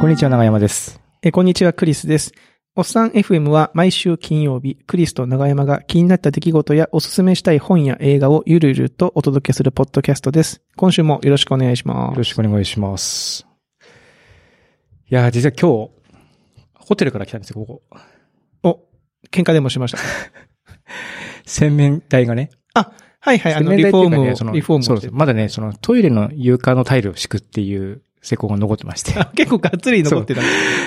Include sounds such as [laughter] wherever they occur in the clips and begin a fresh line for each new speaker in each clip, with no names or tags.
こんにちは、長山です。え、こんにちは、クリスです。おっさん FM は毎週金曜日、クリスと長山が気になった出来事やおすすめしたい本や映画をゆるゆるとお届けするポッドキャストです。今週もよろしくお願いします。
よろしくお願いします。いやー、実は今日、ホテルから来たんですよ、ここ。
お、喧嘩でもしました。
洗面台がね。
あ、はいはい、あの、
洗
リ
面
フ
台
ォ
ってい
ー
うか
ム
ね
を、
その
リフォームを
そう
し
で
て
す。まだね、そのトイレの床のタイルを敷くっていう施工が残ってま
[laughs]
して。
あ結構がっつり残ってたね。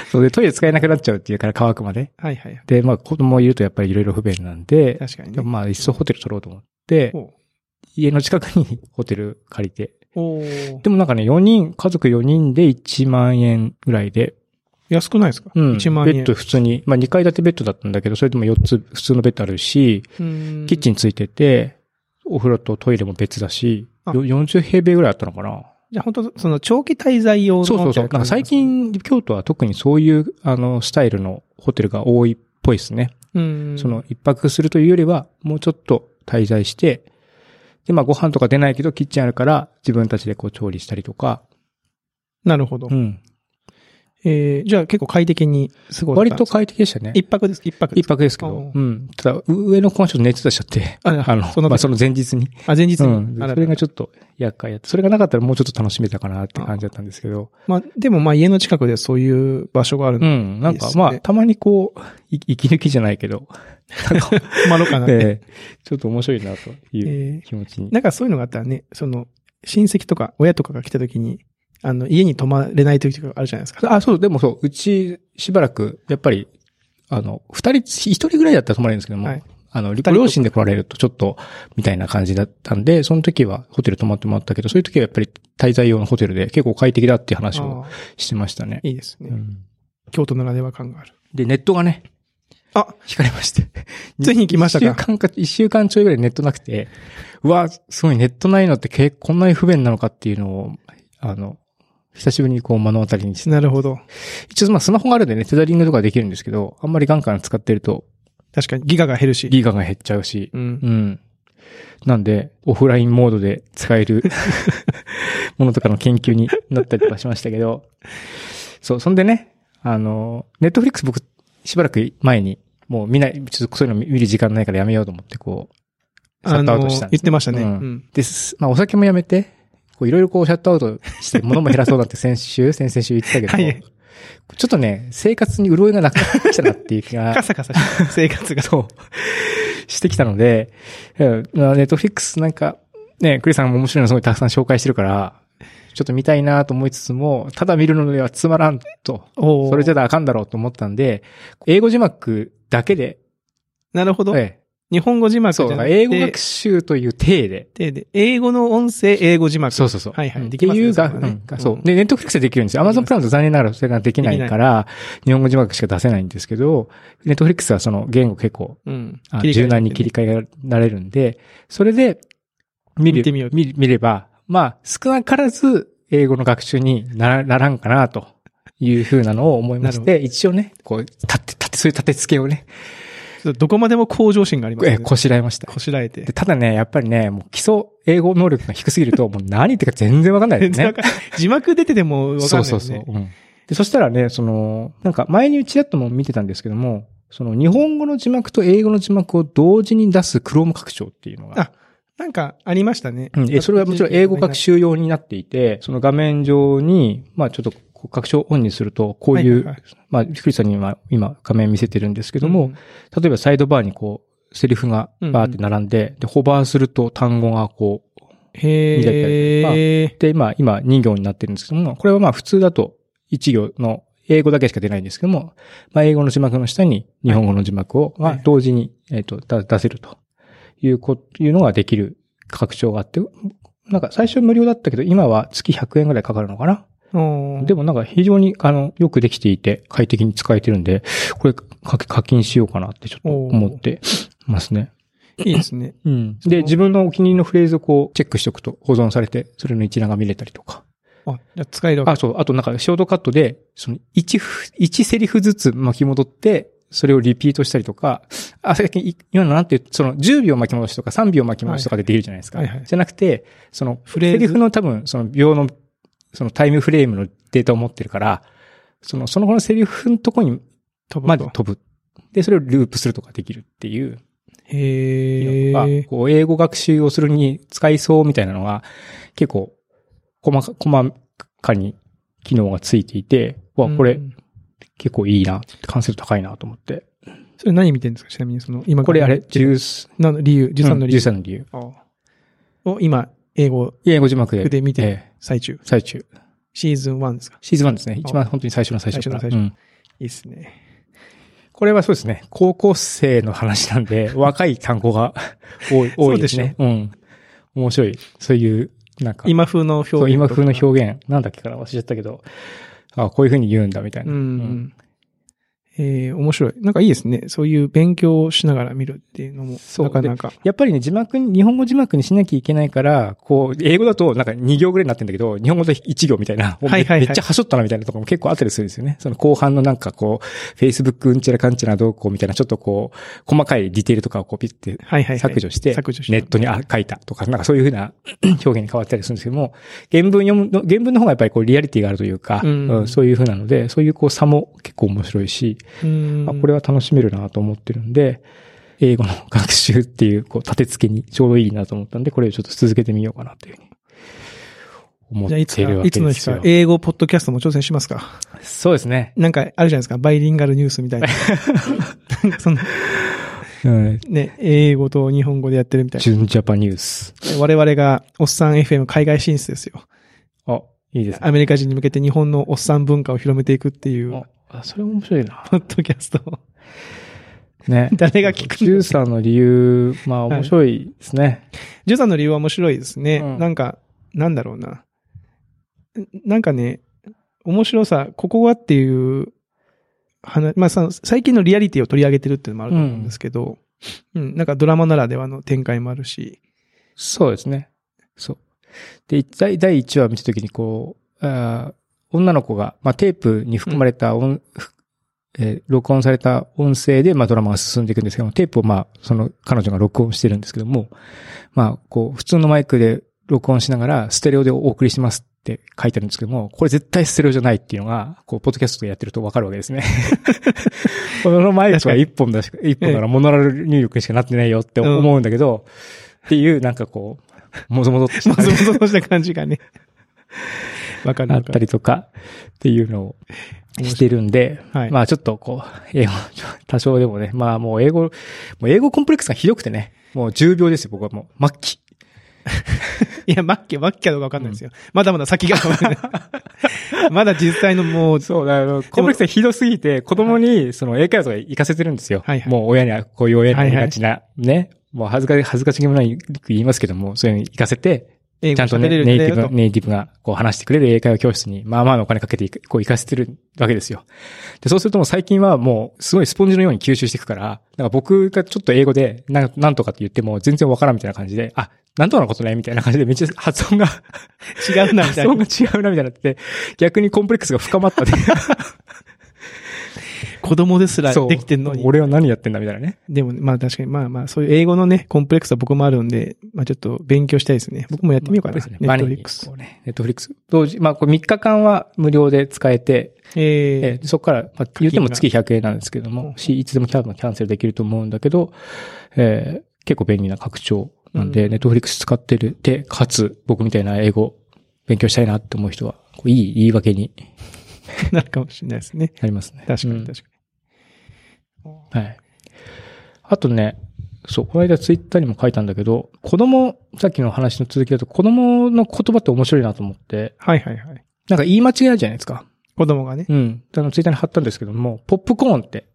そうで、トイレ使えなくなっちゃうっていうから乾くまで。
はいはい。
で、まあ子供いるとやっぱりいろいろ不便なんで、
確かに
で
ね。
もまあ一層ホテル取ろうと思って、
お
家の近くにホテル借りて。
おー
でもなんかね、4人、家族4人で1万円ぐらいで、
安くないですか
うん。
1万
ベ
円
ッ。ド普通に、まあ2階建てベッドだったんだけど、それでも4つ普通のベッドあるし、
うん
キッチンついてて、お風呂とトイレも別だし、
あ
よ40平米ぐらいあったのかな
じゃあ本当その長期滞在用の。
そうそうそう。なんか最、近、京都は特にそういう、あの、スタイルのホテルが多いっぽいですね。
うん。
その、一泊するというよりは、もうちょっと滞在して、で、まあご飯とか出ないけど、キッチンあるから、自分たちでこう調理したりとか、
なるほど
う。ん。
えー、じゃあ結構快適に過ごしたんで
割
すか
と快適でしたね。
一泊です。一泊で
一
すか。
泊ですけ
おう
ど、うん。ただ、上の子がちょっと熱出しちゃって、
あ
あ
そ
の、
の
まあその前日に。
あ、前日に。
うん。
あら
それがちょっと厄介やった。それがなかったらもうちょっと楽しめたかなって感じだったんですけど。
まあ、でもまあ家の近くでそういう場所がある
う
の。
ん。なん
いい
か
っ、すね
まあ、たまにこう、い息抜きじゃないけど、なん [laughs] か、
まろかなって。
ええちょっと面白いなという
え
気持ちに
ー。なんかそういうのがあったらね、その、親戚とか親とかが来た時に、あの、家に泊まれない時とかあるじゃないですか。
あ、そう、でもそう、うち、しばらく、やっぱり、あの、二人、一人ぐらいだったら泊まれるんですけども、
はい
あの、
人
ご両親で来られるとちょっと、みたいな感じだったんで、その時はホテル泊まってもらったけど、そういう時はやっぱり滞在用のホテルで結構快適だっていう話を
あ
してましたね。
ーいいですね。
うん
京都ならでは感がある。
で、ネットがね、
あ、
引かれまして。
[laughs] ついに来ましたか
一週間か、一週間ちょいぐらいネットなくて、うわ、すごいネットないのってけこんなに不便なのかっていうのを、あの、久しぶりにこう目の当たりにして、
なるほど。
一応まあスマホがあるんでね、テザリングとかできるんですけど、あんまりガンガン使ってると
確かにギガが減るし。
ギガが減っちゃうし、
うん
う。ん。なんで、オフラインモードで使え [laughs] るものとかの研究になったりとかしましたけど、そう、そんでね、あの、ネットフリックス僕、しばらく前に、もう見ない、ちょっとそういうの見る時間ないからやめようと思って、こう、シャ
あ
ットアウ
の
トしたん、で
言っ
す、
てましたね。う
うん
ん。
です。まあ、お酒もやめて、こう、いろいろこう、シャットアウトして、物も減らそうだって先週、先々週言ってたけど、
はい
ちょっとね、生活に潤いがなくなってきたなっていう気 [laughs] が
カサカサした生活が。
そう。してきたので、うんネットフリックスなんか、ね、クリスさんも面白いのすごいたくさん紹介してるから、ちょっと見たいなと思いつつも、ただ見るのではつまらんと、
おー
それじゃあかんだろうと思ったんで、英語字幕だけで、
なるほど。
ええ
日本語字幕じ
そ
ゃ
う
な、くて
英語学習という体で、
でで英語の音声、英語字幕。
そうそうそう。
はいはい
うん
できますね
っていうが、
それはね
うん
う
そ
ん
う。で、ネットフリックスでできるんですよ。アマゾンプライムと残念ながらそれができないから、日本語字幕しか出せないんですけど、ネットフリックスはその言語結構
うん
あ。
切り替え
柔軟に切り替えられるんで、それで見る
見てみようと
見見れば、まあ、少なからず英語の学習にならならんかなというふうなのを思いまして、一応ね、こう、立て、立て、そういう立て付けをね、
ちょっとどこまでも向上心があります
え
ね。
こしらえました。
こしらえて
で。ただね、やっぱりね、もう基礎英語能力が低すぎると、もう何言ってるか全然わかんないで
全
す
然
ね
わ。かんない字幕出ててもわかんない、
そう
ね。
そうそう。うんで、そしたらね、その、なんか前にうちやっとも見てたんですけども、その日本語の字幕と英語の字幕を同時に出す Chrome 拡張っていうのが
あなんかありましたね。
うん、え、それはもちろん英語学。習用になっていて、その画面上に、まあちょっとこう拡張をオンにすると、こうい
は
う、
いはいはい
まあ、クリスさんに今、今画面見せてるんですけ
け
ども、、例えばサイドバーにこう、セリフがバーって並んで、で、ホバーすると単語がこう、見れたりとか
へえ。
で、まあ今2行になってるんですけども、これはまあ普通だと1行の英語だけしか出ないんですけども、まあ英語の字幕の下に日本語の字幕を、
はい
まあ同時に、えっ、と、だ出せるというこ、いうのができる拡張があって、なんか最初無料だったけど、今は月100円ぐらいかかるのかな、で
で
も
も、
なんか非常に、あの、よくできていて、快適に使えてるんで、これ課課金しようかなってちょっと思ってますね。
いいですね。
うん。で、自分のお気に入りのフレーズをこう、チェックしておくと保存されて、それの一覧が見れたりとか。
あ、じゃあ使えるわけ。
あ、そう。あとなんか、ショートカットで、その、一ふ、一セリフずつ巻き戻って、それをリピートしたりとか、あ、最近、い今のなんていう、その、10秒巻き戻しとか3秒巻き戻しとかでできるじゃないですか。
はいはいはい
じゃなくて、その、
フレーズ
セリフの多分、その、秒の、そのタイムフレームのデータを持ってるから、その、その後のセリフのとこに
飛ぶ
まで
と。
飛ぶ。で、それをループするとかできるっていう
へ
の
ー
が、こう、英語学習をするに使いそうみたいなのが、結構、細か、細かに機能がついていて、わ、こ
う
れ
ん
結構いいな、完成度高いなと思って。
それ何見てるんですかちなみにその、今
これあれ、13
なの理由、13の理由。
13の理由。
ああを今、英語
英語字幕で。
で見てる
ええ
最中。
最中。
シーズン1ですか
シーズン1ですね。一番本当に最初の最初から。
最初の
うん
いいっすね。
これはそうですね。高校生の話なん
[laughs]
で、若い単語が多い、多いですね。うん。面白い。そういう、なんか、
今風の表現
そ
と
う
か。
今風の表現、なんだっけかな忘れちゃったけど、あこういう風に言うんだみたいな。
うんうん。えー面白い。なんかいいですね。そういう勉強をしながら見るっていうのも、
そう
なかなか。
やっぱりね、字幕に、日本語字幕にしなきゃいけないから、こう、英語だとなんか2行ぐらいになってんだけど、日本語で1行みたいな、
いはいはい
めっちゃはしょったなみたいなとこも結構あったりするんですよね。その後半のなんかこう、Facebook うんちゃらかんちゃらどうこうみたいな、ちょっとこう、細かいディテールとかをこうピッて
はいはいはい。
削除して、
削除して。
ネットにあ書いたとか、なんかそういうふうな表現に変わったりするんですけども、原文読むの、原文の方がやっぱりこうリアリティがあるというか、
うん
うんそういうふうなので、そういうこう差も結構面白いし、
うん。
あこれは楽しめるなと思ってるんで、英語の学習っていうこう立て付けにちょうどいいなと思ったんで、これをちょっと続けてみようかなというふうに思っ
じゃあいつ
ている
か、
わ
い
け
つの
で
日
す
か
よ、。
英語ポッドキャストも挑戦しますか。
そうですね。
なんか、あるじゃないですか。バイリンガルニュースみ
[laughs]
たいな。なんかその、
うん。
ね、英語と日本語でやってるみたいな。
純ジャパニュース。
我々が、おっさん FM 海外進出ですよ。
あ、いいですね。
アメリカ人に向けて日本のおっさん文化を広めていくっていう、
あ、それ面白いな。
ポッドキャストを。
[laughs] ね。
誰が聞くんだ
13の理由、まあ
はい
面白いですね。
13の理由は面白いですね。
うん
なんか、なんだろうな。んなんかね、面白さ、ここはっていう話、まあさ、最近のリアリティを取り上げてるっていうのもあると思うんですけど、うん、なんかドラマならではの展開もあ
[laughs]
るし、
そうですね。そう。で、第第1話見たときにこう、あー女の子が、まあテープに含まれた音、ふえー録音された音声で、まあドラマが進んでいくんですけども、テープをまあ、その彼女が録音してるんですけども、まあこう、普通のマイクで録音しながら、ステレオでお送りしますって書いてあるんですけども、これ絶対ステレオじゃないっていうのが、こう、ポッドキャストでやってるとわかるわけ [laughs] ですね。このマイクは一本だし、一本だからモノラル入力にしかなってないよって思うんだけど、っていう、なんかこう、もぞもぞっとし
も
た
ぞ
ね
もぞとした感じがね、 [laughs] わかる
あ
わ
っ
か
た
る。
りとか、っていうのをしてるんで、
はい。
まあちょっとこう、英語、多少でもね、まあもう英語、もう英語コンプレックスがひどくてね、もう10秒ですよ、僕はもう、末期。
いや、マッケ、マッケかどうかわかんないですよ。まだまだ先がわかんない。まだ実際のもう、
そう、だからコンプレックスがひどすぎて、子供にその英会話とか行かせてるんですよ。
はいはい
もう親には、こういう親には言いがちな、ね。もう恥ずか、恥ずかしげもないく言いますけども、そういうのに行かせて、
英
ち
語
ゃんと
喋
ね、
れるん
ネイ
だ
ティ
よ
ブ、
と。
ネイティブがこう話してくれる英会話教室に、まあまあのお金かけていく、こう行かせてるわけですよ。で、そうするともう最近はもう、すごいスポンジのように吸収していくから、なんか僕がちょっと英語で、なんなんとかって言っても全然わからんみたいな感じで、あ、なんとかのことねみたいな感じで、めっちゃ発 [laughs] 音が、
違うな、み
発
たいな
音。が違うな、みたいになってて、逆にコンプレックスが深まった [laughs] で、
子供ですら
そう
できてんのに。
俺は何やってんだ、みたいなね。
でも、まあ確かに、まあまあ、そういう英語のね、コンプレックスは僕もあるんで、まあちょっと勉強したいですね。僕もやってみようかな。
まあ
ネ
こ
ット
れ
フリッ
で
ク
す
ス
ね。バニーネットフリックス。同時、まあこれ3日間は無料で使えて、
え
えーそこから、まあ、言っても月100円なんですけども、し、いつでもキャンキャンセルできると思うんだけど、えー結構便利な拡張なん
う
で、
ん
ネットフリックス使ってる。で、かつ、僕みたいな英語勉強したいなって思う人は、こういい言い訳に
えなるかもしれないですね。
なりますね。
確か
う
に
ん
確かに。
はい。あとね、そう、この間ツイッターにも書いたんだけど、子供、さっきの話の続きだと、子供の言葉って面白いなと思って、
はいはいはい。
なんか言い間違いあるじゃないですか。
子供がね。
うん。あの、ツイッターに貼ったんですけども、ポップコーンって。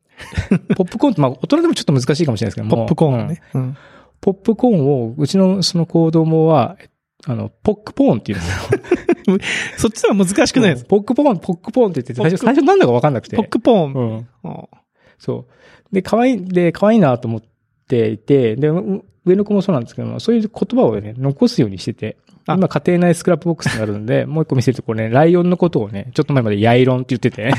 [laughs] ポップコーンって、まあ、大人でもちょっと難しいかもしれないですけども。
ポップコーンね。うん。
うんポップコーンを、うちのその子供は、えあの、ポックポーンって言うんですよ。
そっちの方が難しくないですか
ポックポーン、ポックポーンって言って、
ポ
最
ック
初、最初なんだかわかんなくて。
ポックポーン。
うん。
ああ
そう。で、可愛い、で、可愛いなと思っていて、で、う上の子もそうなんですけども、そういう言葉をね、残すようにしてて、
あ
今家庭内スクラップボックスがあるんで、もう一個見せると、これね、ライオンのことをね、ちょっと前までヤイロンって言って
[laughs]
て。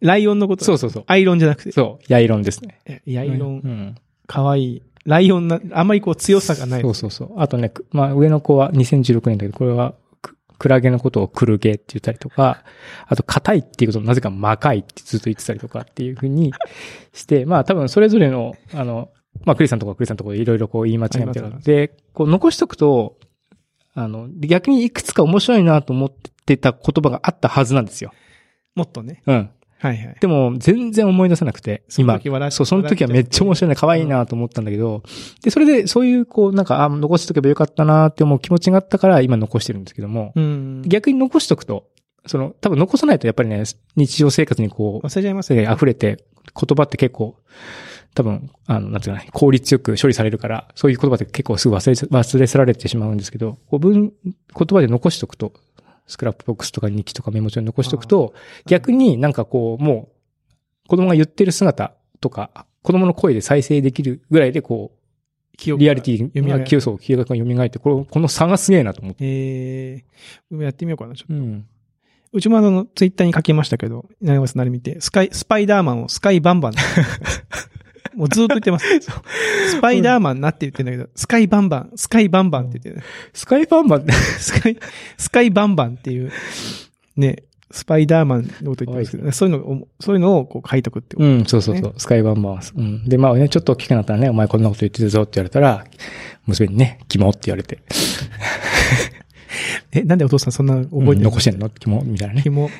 ライオンのこと。。
そううそうそう。
アイロンじゃなくて。
そう、ヤイロンですね。
えいやアイロ
う
ン、
ん。
かわいい。ライオンな、あんまりこう強さがない
そ。うそうそう。あとね、くまあ上の子は2016年だけど、これはくクラゲのことをクルゲって言ったりとか、あと、硬いっていうことをなぜか魔界ってずっと言ってたりとかっていうふうに [laughs] して、まあ多分それぞれの、あの、まあクリスさんとかクリスさんとかいろいろこう言い間違えみたいなので、こう残しとくと、あの、逆にいくつか面白いなと思ってた言葉があったはずなんですよ。
もっとね。
うん。
はいはい。
[laughs] でも、全然思い出せなくて、
その
今
時。笑っ
そう、その時はめっちゃ面白いな、可愛いなと思ったんだけど、で、それで、そういう、こう、なんか、あ、残しとけばよかったなって思う気持ちがあったから、今残してるんですけども、
うん。
逆に残しとくと、その、多分残さないと、やっぱりね、日常生活にこう、
忘れちゃいます
世
よ
界
ね。
が溢れて、言葉って結構、多分、あの、なんていうかな、効率よく処理されるから、そういう言葉って結構すぐ忘れ、忘れ去られてしまうんですけど、こう文、言葉で残しとくと、スクラップボックスとか日記とかメモ帳に残しとくと、逆になんかこう、もう、子供が言ってる姿とか、子供の声で再生できるぐらいで、こう、リアリティ、
読み上げ
記憶、記憶が蘇って、この、この差がすげえなと思って。
えー、やってみようかな、ちょっと。
うん。
うちもあの、ツイッターに書きましたけど、長山さんなり見て、スカイ、スパイダーマンをスカイ
[laughs]
バンバン。もうずっと言ってます。スパイダーマンなって言ってんだけど、スカイバンバン、スカイバンバンって言ってる、
スカイパンマン、
スカイ、スカイバンバンっていう、ね、スパイダーマンのこと言ってますけど、ね、そういうのを、そういうのをこう書いとくってこと。
うん、そうそうそう。スカイバンバース。うん。で、まあね、ちょっと大きくなったらね、お前こんなこと言ってるぞって言われたら、娘にね、キモって言われて、
え、なんでお父さんそんな覚えて
う
る
ん残してんのキモみたいなね。
紐。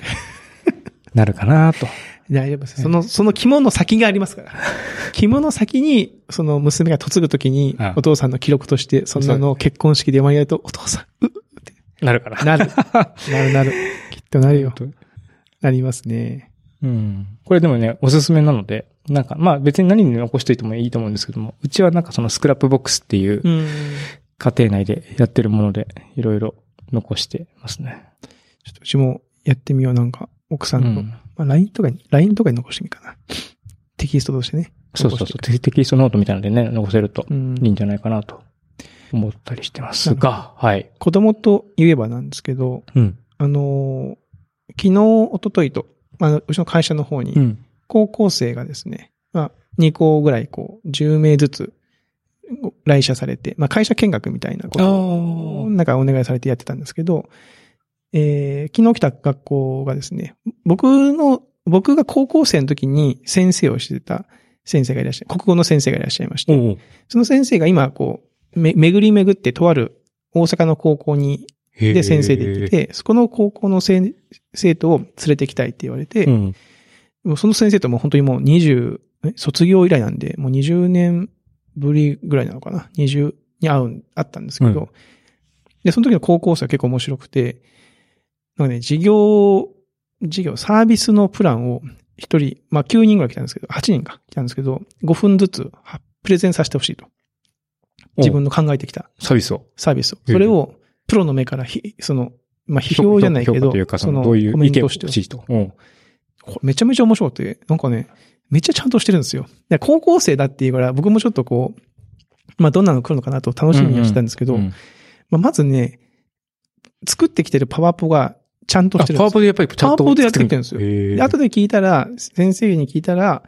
なるかなと。
大丈夫です。その、その肝の先がありますから。肝の先に、その娘が嫁ぐときに
ああ、
お父さんの記録として、そんなのを結婚式で読まれると、お父さん、う
なるか [laughs] な。
なる。なるなる。きっとなるよ。なりますね。
うん。これでもね、おすすめなので、なんか、まあ別に何に残していてもいいと思うんですけども、うちはなんかそのスクラップボックスっていう
うん。
家庭内でやってるもので、いろいろ残してますね。
ちょっとうちもやってみよう、なんか、奥さ
うん
の。
ん。
まあ、LINE とかに、LINE とかに残してみるかな。テキストとしてね。
そうそう
残し
そ
て
う。テテキストノートみたいなのでね、残せると
うん
いいんじゃないかなと思ったりしてますが、はい。
子供と言えばなんですけど、
うん。
あのー昨日、一昨日と、まあ、うちの会社の方に
う、ん。
高校生がですね、まあ、2校ぐらいこう、10名ずつ、ご来社されて、まあ、会社見学みたいなこと
あ
を、なんかお願いされてやってたんですけど、えー昨日来た学校がですね、僕の、僕が高校生の時に先生をしてた先生がいらっしゃい、国語の先生がいらっしゃいまして、
おう
その先生が今こう、め、巡り巡ってとある大阪の高校に、で先生で行ってて、そこの高校の先生徒を連れてきたいって言われて、
うん。
もうその先生ともう本当にもう20、え卒業以来なんで、もう20年ぶりぐらいなのかな ?20 に会うん、会ったんですけど、
う
で、その時の高校生は結構面白くて、なんかね、事業、事業、サービスのプランを一人、まあ9人ぐらい来たんですけど、8人か来たんですけど、5分ずつはプレゼンさせてほしいと。自分の考えてきた
サービスを。
サービスを。
ええ
それを、プロの目からひ、その、まあ、批評じゃないけ
評
ど
価という、か、そ
そ
の、
の、
どうい
コ
う
メ
意
ン
見
ト
を
を
し
して
てほしいと。うん。
これめちゃめちゃ面白くて、なんかね、めっちゃちゃんとしてるんですよ。で高校生だっていうから、僕もちょっとこう、まあどんなの来るのかなと楽しみにはしてたんですけど、
うん
まあまずね、作ってきてるパワポがちゃんと
あ
してるん
パ
で
ワ
すよ。
ポでやっぱりちゃんと。
パワポでやってきてるんですよ
へ
で
ー
後で聞いたら、先生に聞いたら、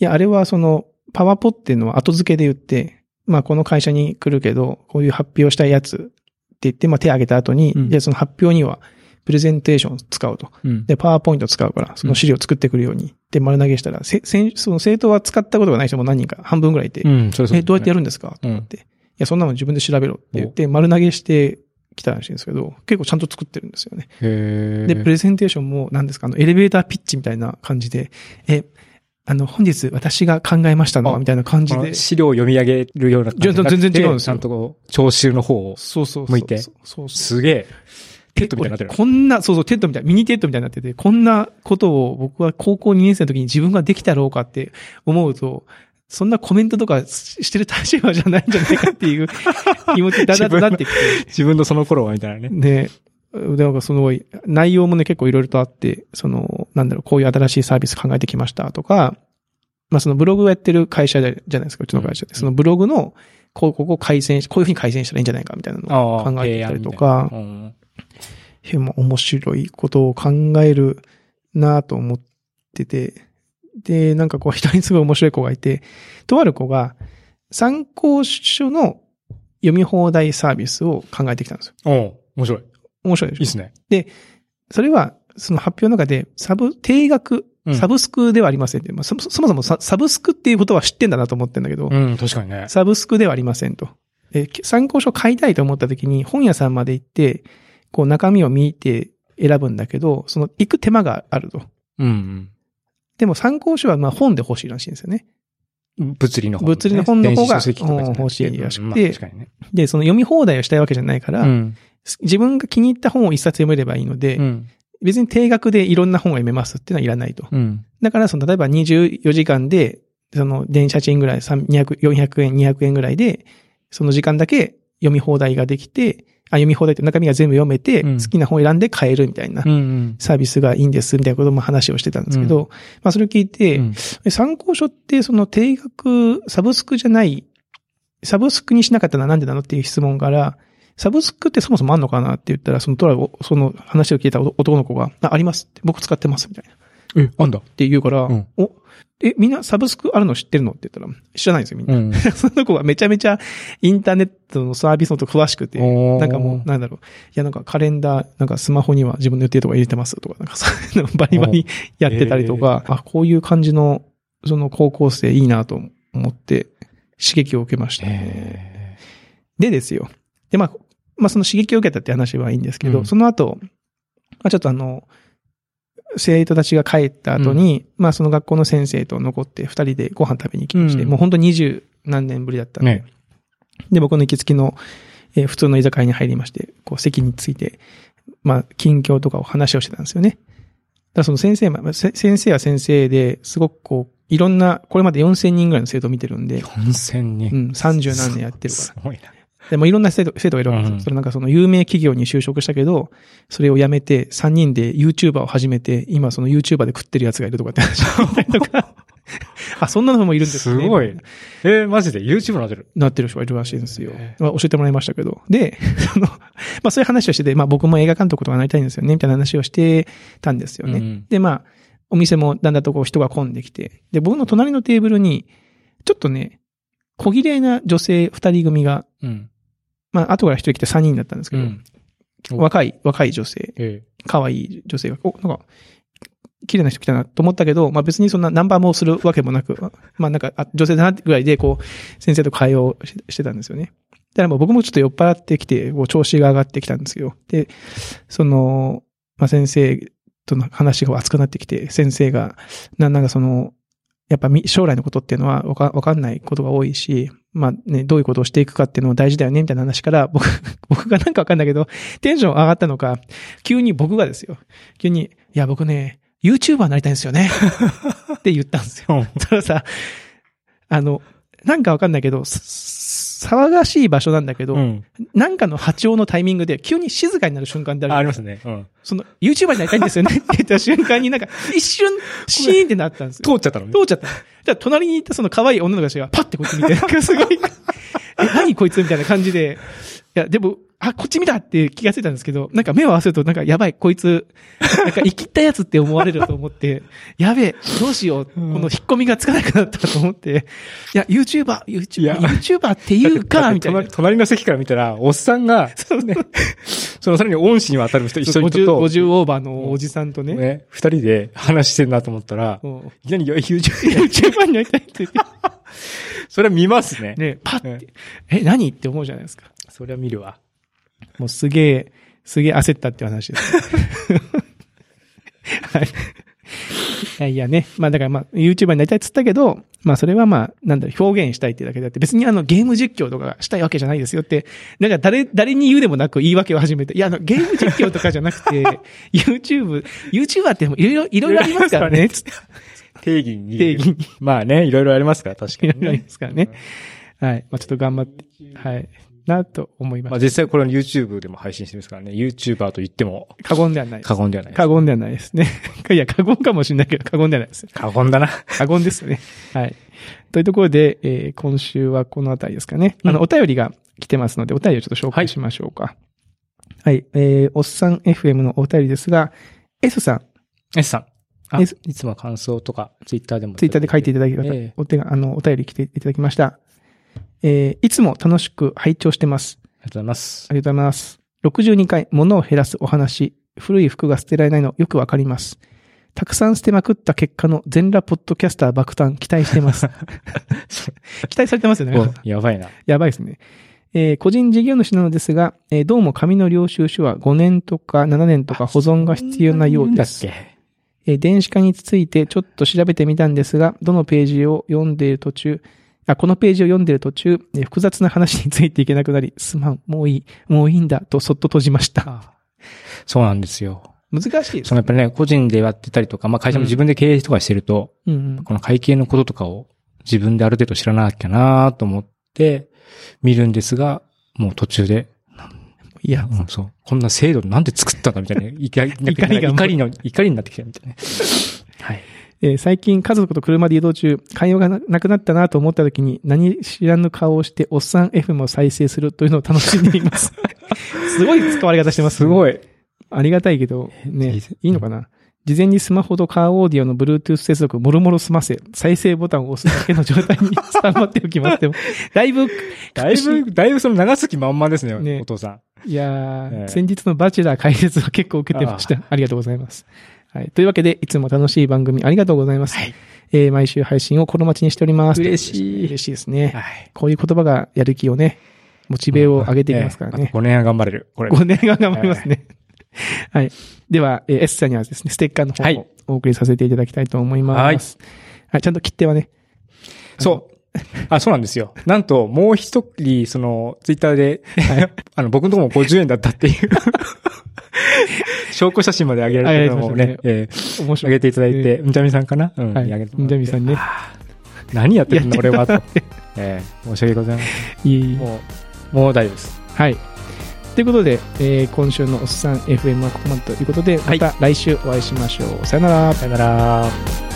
いや、あれはその、パワポっていうのは後付けで言って、まあこの会社に来るけど、こういう発表したいやつって言って、まあ手挙げた後に、
うん
じゃあその発表には、プレゼンテーション使うと。
うん
で、パワーポイント使うから、その資料作ってくるように。で、丸投げしたら、せ、せん、その生徒は使ったことがない人も何人か、半分ぐらいいて、
うん、それそ
え、どうやってや
る
るんですかと
う
思
ん
って、いや、そんなの自分で調べろって言って、丸投げしてきたらしいんですけど、結構ちゃんと作ってるんですよね。
へー
で、プレゼンテーションも、何ですか、あの、エレベーターピッチみたいな感じで、え、あの、本日私が考えましたのは、
あ
みたいな感じ
あ
で
の。資料を読み上げるような感じじゃなくて。
全然違うんです
ちゃ
よ
んとこう、聴衆の方を。
そうそうそう。
向いて
そうそうそう。
すげえ。テッドみたいになってる
俺。こんな、そうそう、テッドみたい、ミニテッドみたいになってて、こんなことを僕は高校2年生の時に自分ができたろうかって思うと、そんなコメントとかししてる立場じゃないんじゃないかっていう
[laughs]
気持ちだだとなってきて。
自分のその頃は、みたいなね。
で、なんかすごい、内容もね、結構いろいろとあって、その、なんだろう、こういう新しいサービス考えてきましたとか、まあそのブログをやってる会社じゃじゃないですか、うちの会社で。そのブログの広告を改善し、こういうふうに改善したらいいんじゃないかみたいなのを考えてきたりとか
提、案みたいなうん
へまあ面白いことを考えるなぁと思ってて、で、なんかこう、 [laughs] 一人すごい面白い子がいて、とある子が、参考書の読み放題サービスを考えてきたんですよ。
おう面白い。
面白いで
いいっ
しょ。
すね。
それは、その発表の中で、サブ、定額
うん、
サブスクではありませんって、まあそもそもそもササブスクっていうことは知ってんだなと思ってんだけ
う
ど、
ん、確かにね。
サブスクではありませんと。で参考書買いたいと思った時に本屋さんまで行って、こう中身を見て選ぶんだけど、その行く手間があると。
うん
でも参考書はまあ本で欲しいらしいんですよね。
うん。物理の方、
物理の本の
電
方が
子書籍とかじゃなくて
うん欲しいらしくて
うんまあ確かにね。
で、その読み放題をしたいわけじゃないから、
ん。
自分が気に入った本を一冊読めればいいので、
うん。
別に定額でいろんな本を読めますっていうのはいらないと。
うん。
だから、その、例えば24時間で、その、電車賃ぐらい、3 200、400円、200円ぐらいで、その時間だけ読み放題ができて、あ、読み放題って中身が全部読めて、
うん
好きな本を選んで買えるみたいな
うんうん。
サービスがいいんです、みたいなことも話をしてたんですけど、まあ、それを聞いて、
うん
参考書って、その、定額、サブスクじゃない、サブスクにしなかったのはなんでなのっていう質問から、サブスクってそもそもあんのかなって言ったら、そのトラを、その話を聞いた男の子が、あ、ありますって、僕使ってます、みたいな。
え、あんだ。
って言うから、
うん
お、え、みんなサブスクあるの知ってるのって言ったら、知らないんですよ、みんな。
ん。
その子がめちゃめちゃインターネットのサービスのこと詳しくて、
おー
なんかもう、なんだろう。いや、なんかカレンダー、なんかスマホには自分の予定とか入れてますとか、な
[laughs]
んかそういうのバリバリやってたりとか、あ、こういう感じの、その高校生いいなと思って、刺激を受けました、
へ
でですよ。で、まあ、まあ、その刺激を受けたって話はいいんですけど、
うん
その後、まあ、ちょっとあの、生徒たちが帰った後に、まあ、その学校の先生と残って二人でご飯食べに行きまして、
うん
もう本当二十何年ぶりだった
ー
んで、
ね。
で、僕の行きつきの、えー普通の居酒屋に入りまして、こう席について、まあ、近況とかを話をしてたんですよね。だからその先生も、まあせ先生は先生で、すごくこう、いろんな、これまで4000人ぐらいの生徒を見てるんで、
4000
う
人。
ん、30何年やってるか
す
ら。
ごいな。
でもいろんな生徒生徒がいるわけですよ。
うん
それなんかその有名企業に就職したけど、それを辞めて3人で YouTuber を始めて、今その YouTuber で食ってる奴がいるとかって
[laughs]
話を聞いたりとか。あ、そんなのもいるんです
す
ね。
ごい。えー、マジで YouTube なってる。
なってる人がいるらしいんですよ
へ。
まあ、教えてもらいましたけど。で、 [laughs] その、まあそういう話をしてて、まあ僕も映画監督とかなりたいんですよね、みたいな話をしてたんですよね。
うん
で、まあ、お店もだんだんとこう人が混んできて、で、僕の隣のテーブルに、ちょっとね、小綺麗な女性2人組が、
うん。
まあ後から1人来て3人だったんですけ
う
ど、
ん。お
若い、若い女性、
え
可愛い女性が、お、なんか、綺麗な人来たなと思ったけど、まあ別にそんなナンバーもするわけもなく、まあなんか、あ女性だなぐらいで、こう、先生と会話をししてたんですよね。だからもう僕もちょっと酔っ払ってきて、こう調子が上がってきたんですよ。で、その、まあ先生との話が熱くなってきて、先生が、ななんかその、やっぱみ将来のことっていうのはわかわかんないことが多いし、まあね、どういうことをしていくかっていうのも大事だよね、みたいな話から、僕、 [laughs] 僕がなんかわかんないけど、テンション上がったのか、急に僕がですよ。急に、いや、僕ね、YouTuber になりたいんです
[laughs]
よね。って言ったんですよ。
うん
たださ、あの、なんかわかんないけど、す騒がしい場所なんだけど、
うん。
なんかの波長のタイミングで急に静かになる瞬間ってある
あありますね。うん。
その、YouTuber になりたいんですよねって言った瞬間になんか、一瞬、シーンってなったんですよ。
通っちゃったのね
通。っちゃった。じゃあ、隣にいたその可愛い女の子たちが、パッてこっち見て、なんかすごい、え、何こいつみたいな感じで、いや、でも、あ、こっち見たって気がついたんですけど、なんか目を合わせると、なんか、やばい、こいつ、なんか、生きったやつって思われると思って、 [laughs] やべえ、どうしよう、この引っ込みがつかなくなったと思って、いや、YouTuber、
いや
YouTuber、YouTuber って言うか、みたいな
隣。隣の席から見たら、おっさんが、
そうね。
[laughs] そのさらに恩師に当たる人、一緒に人
50、
と、
50オーバーのおじさんとね。
ね、二人で話してんなと思ったら、
うん [laughs]
いきなり YouTube、
YouTuber になりたいって言って
それは見ますね。
ね、パッ
ね
て、え、何って思うじゃないですか。
それは見るわ。
もうすげえ、すげえ焦ったっていう話 [laughs] です。はい。いやいやね。まあだからまあ YouTuber になりたいっつったけど、まあそれはまあなんだろう、表現したいってだけであって、別にあのゲーム実況とかしたいわけじゃないですよって、なんか誰、誰に言うでもなく言い訳を始めて、いやあのゲーム実況とかじゃなく [laughs] て、YouTube、YouTuber ってもいろいろ、いろいろありますからね、つって
定義に。
定義に。
まあね、いろいろありますから、確か
[laughs] い
に
ろ
ね、
いろありますからね。はい。まあちょっと頑張って、はい。なと思いま
まあ
す。
実際これは YouTube でも配信してますからね、YouTuber と言っても
過言ではないです
過。言ではない。
過言ではないですね。 [laughs] いや、過言かもしれないけど、過言ではないです。
過言だな。
過言です
[laughs]
よね。はい。というところで、えー今週はこのあたりですかね。
うん
あの、お便りが来てますので、お便りをちょっと紹介しましょうか。はい、えー、おっさん FM のお便りですが、S さん、
S さん。あ、い
S
つもは感想とか、Twitter でも。
ツイッターで書いていただき
ええ
お手が、あの、お便り来ていただきました。えー、いつも楽しく拝聴してます。
ありがとうございます
あ。りがとうございます。 62回、物を減らすお話、古い服が捨てられないのよくわかります。たくさん捨てまくった結果の全裸ポッドキャスター爆誕期待してます。 [laughs] 期待されてます [laughs] よね。皆さん
おやばいな。
やばいですね。えー個人事業主なのですが、えーどうも紙の領収書は5年とか7年とか保存が必要なようです。
だっけ
えー電子化についてちょっと調べてみたんですが、どのページを読んでいる途中、あこのページを読んでいる途中、えー複雑な話についていけなくなり、すまん、もういい、もういいんだ、とそっと閉じました。
そうなんですよ。
難しいです
そのやっぱりね、個人でやってたりとか、まあ会社も自分で経営とかしてると、
うんうん。
この会計のこととかを自分である程度知らなきゃなと思って見るんですが、もう途中で、
いや、
うん、そう。こんな制度なんで作ったんだみたい
[laughs]
な。怒り
怒りが
怒りの、怒りになってきたみたいな。はい。
えー最近家族と車で移動中、会話がななくなったなと思った時に何知らぬ顔をしておっさん FM を再生するというのを楽しんでい [laughs] ます。すごい使われ方してます、
すごい。
ありがたいけど、ね
いいぜ、
いいのかな事前にスマホとカーオーディオの Bluetooth 接続もろもろ済ませ、再生ボタンを押すだけの状態にスタンバっておきます。
[laughs]
でも、だいぶ、
だいぶ、だいぶその長すきまんまですね、
ね
お父さん。
いやー、
ええ
先日のバチェラー解説は結構受けてました。ありがとうございます。はい。というわけで、いつも楽しい番組ありがとうございます。
はい
えー毎週配信を心待ちにしております。
嬉しい
嬉しいですね。
はい。
こういう言葉がやる気をね、モチベを上げていきますから
ええ
ね
あ。と5年は頑張れる。これ。
5年が頑張りますね。はい。では、えー S さんにはですね、ステッカーの
は
方を
い
お送りさせていただきたいと思います。はい。ちゃんと切手はね。
そう。あ、そうなんですよ。なんと、もう一人、その、ツイッターで、
[laughs]
[laughs] あの、僕のとこも50円だったっていう、証拠写真まで上げられてるのも
あげられ
ね
て、
ええ
面白
上
い。
げていただい
え
て、うんちゃみさんかなうん、
はい
上げても
うんち
ら
ゃ
っ
み
て
さんね
あー何やってるの俺
[laughs]
は、と
やってる
ええ申し訳ございませ
いえいえ
ん。もう、もう大丈夫です。
はい。ということで、えー今週のおっさん FM はここまでということで、また来週お会いしましょう。さよなら。
さよなら。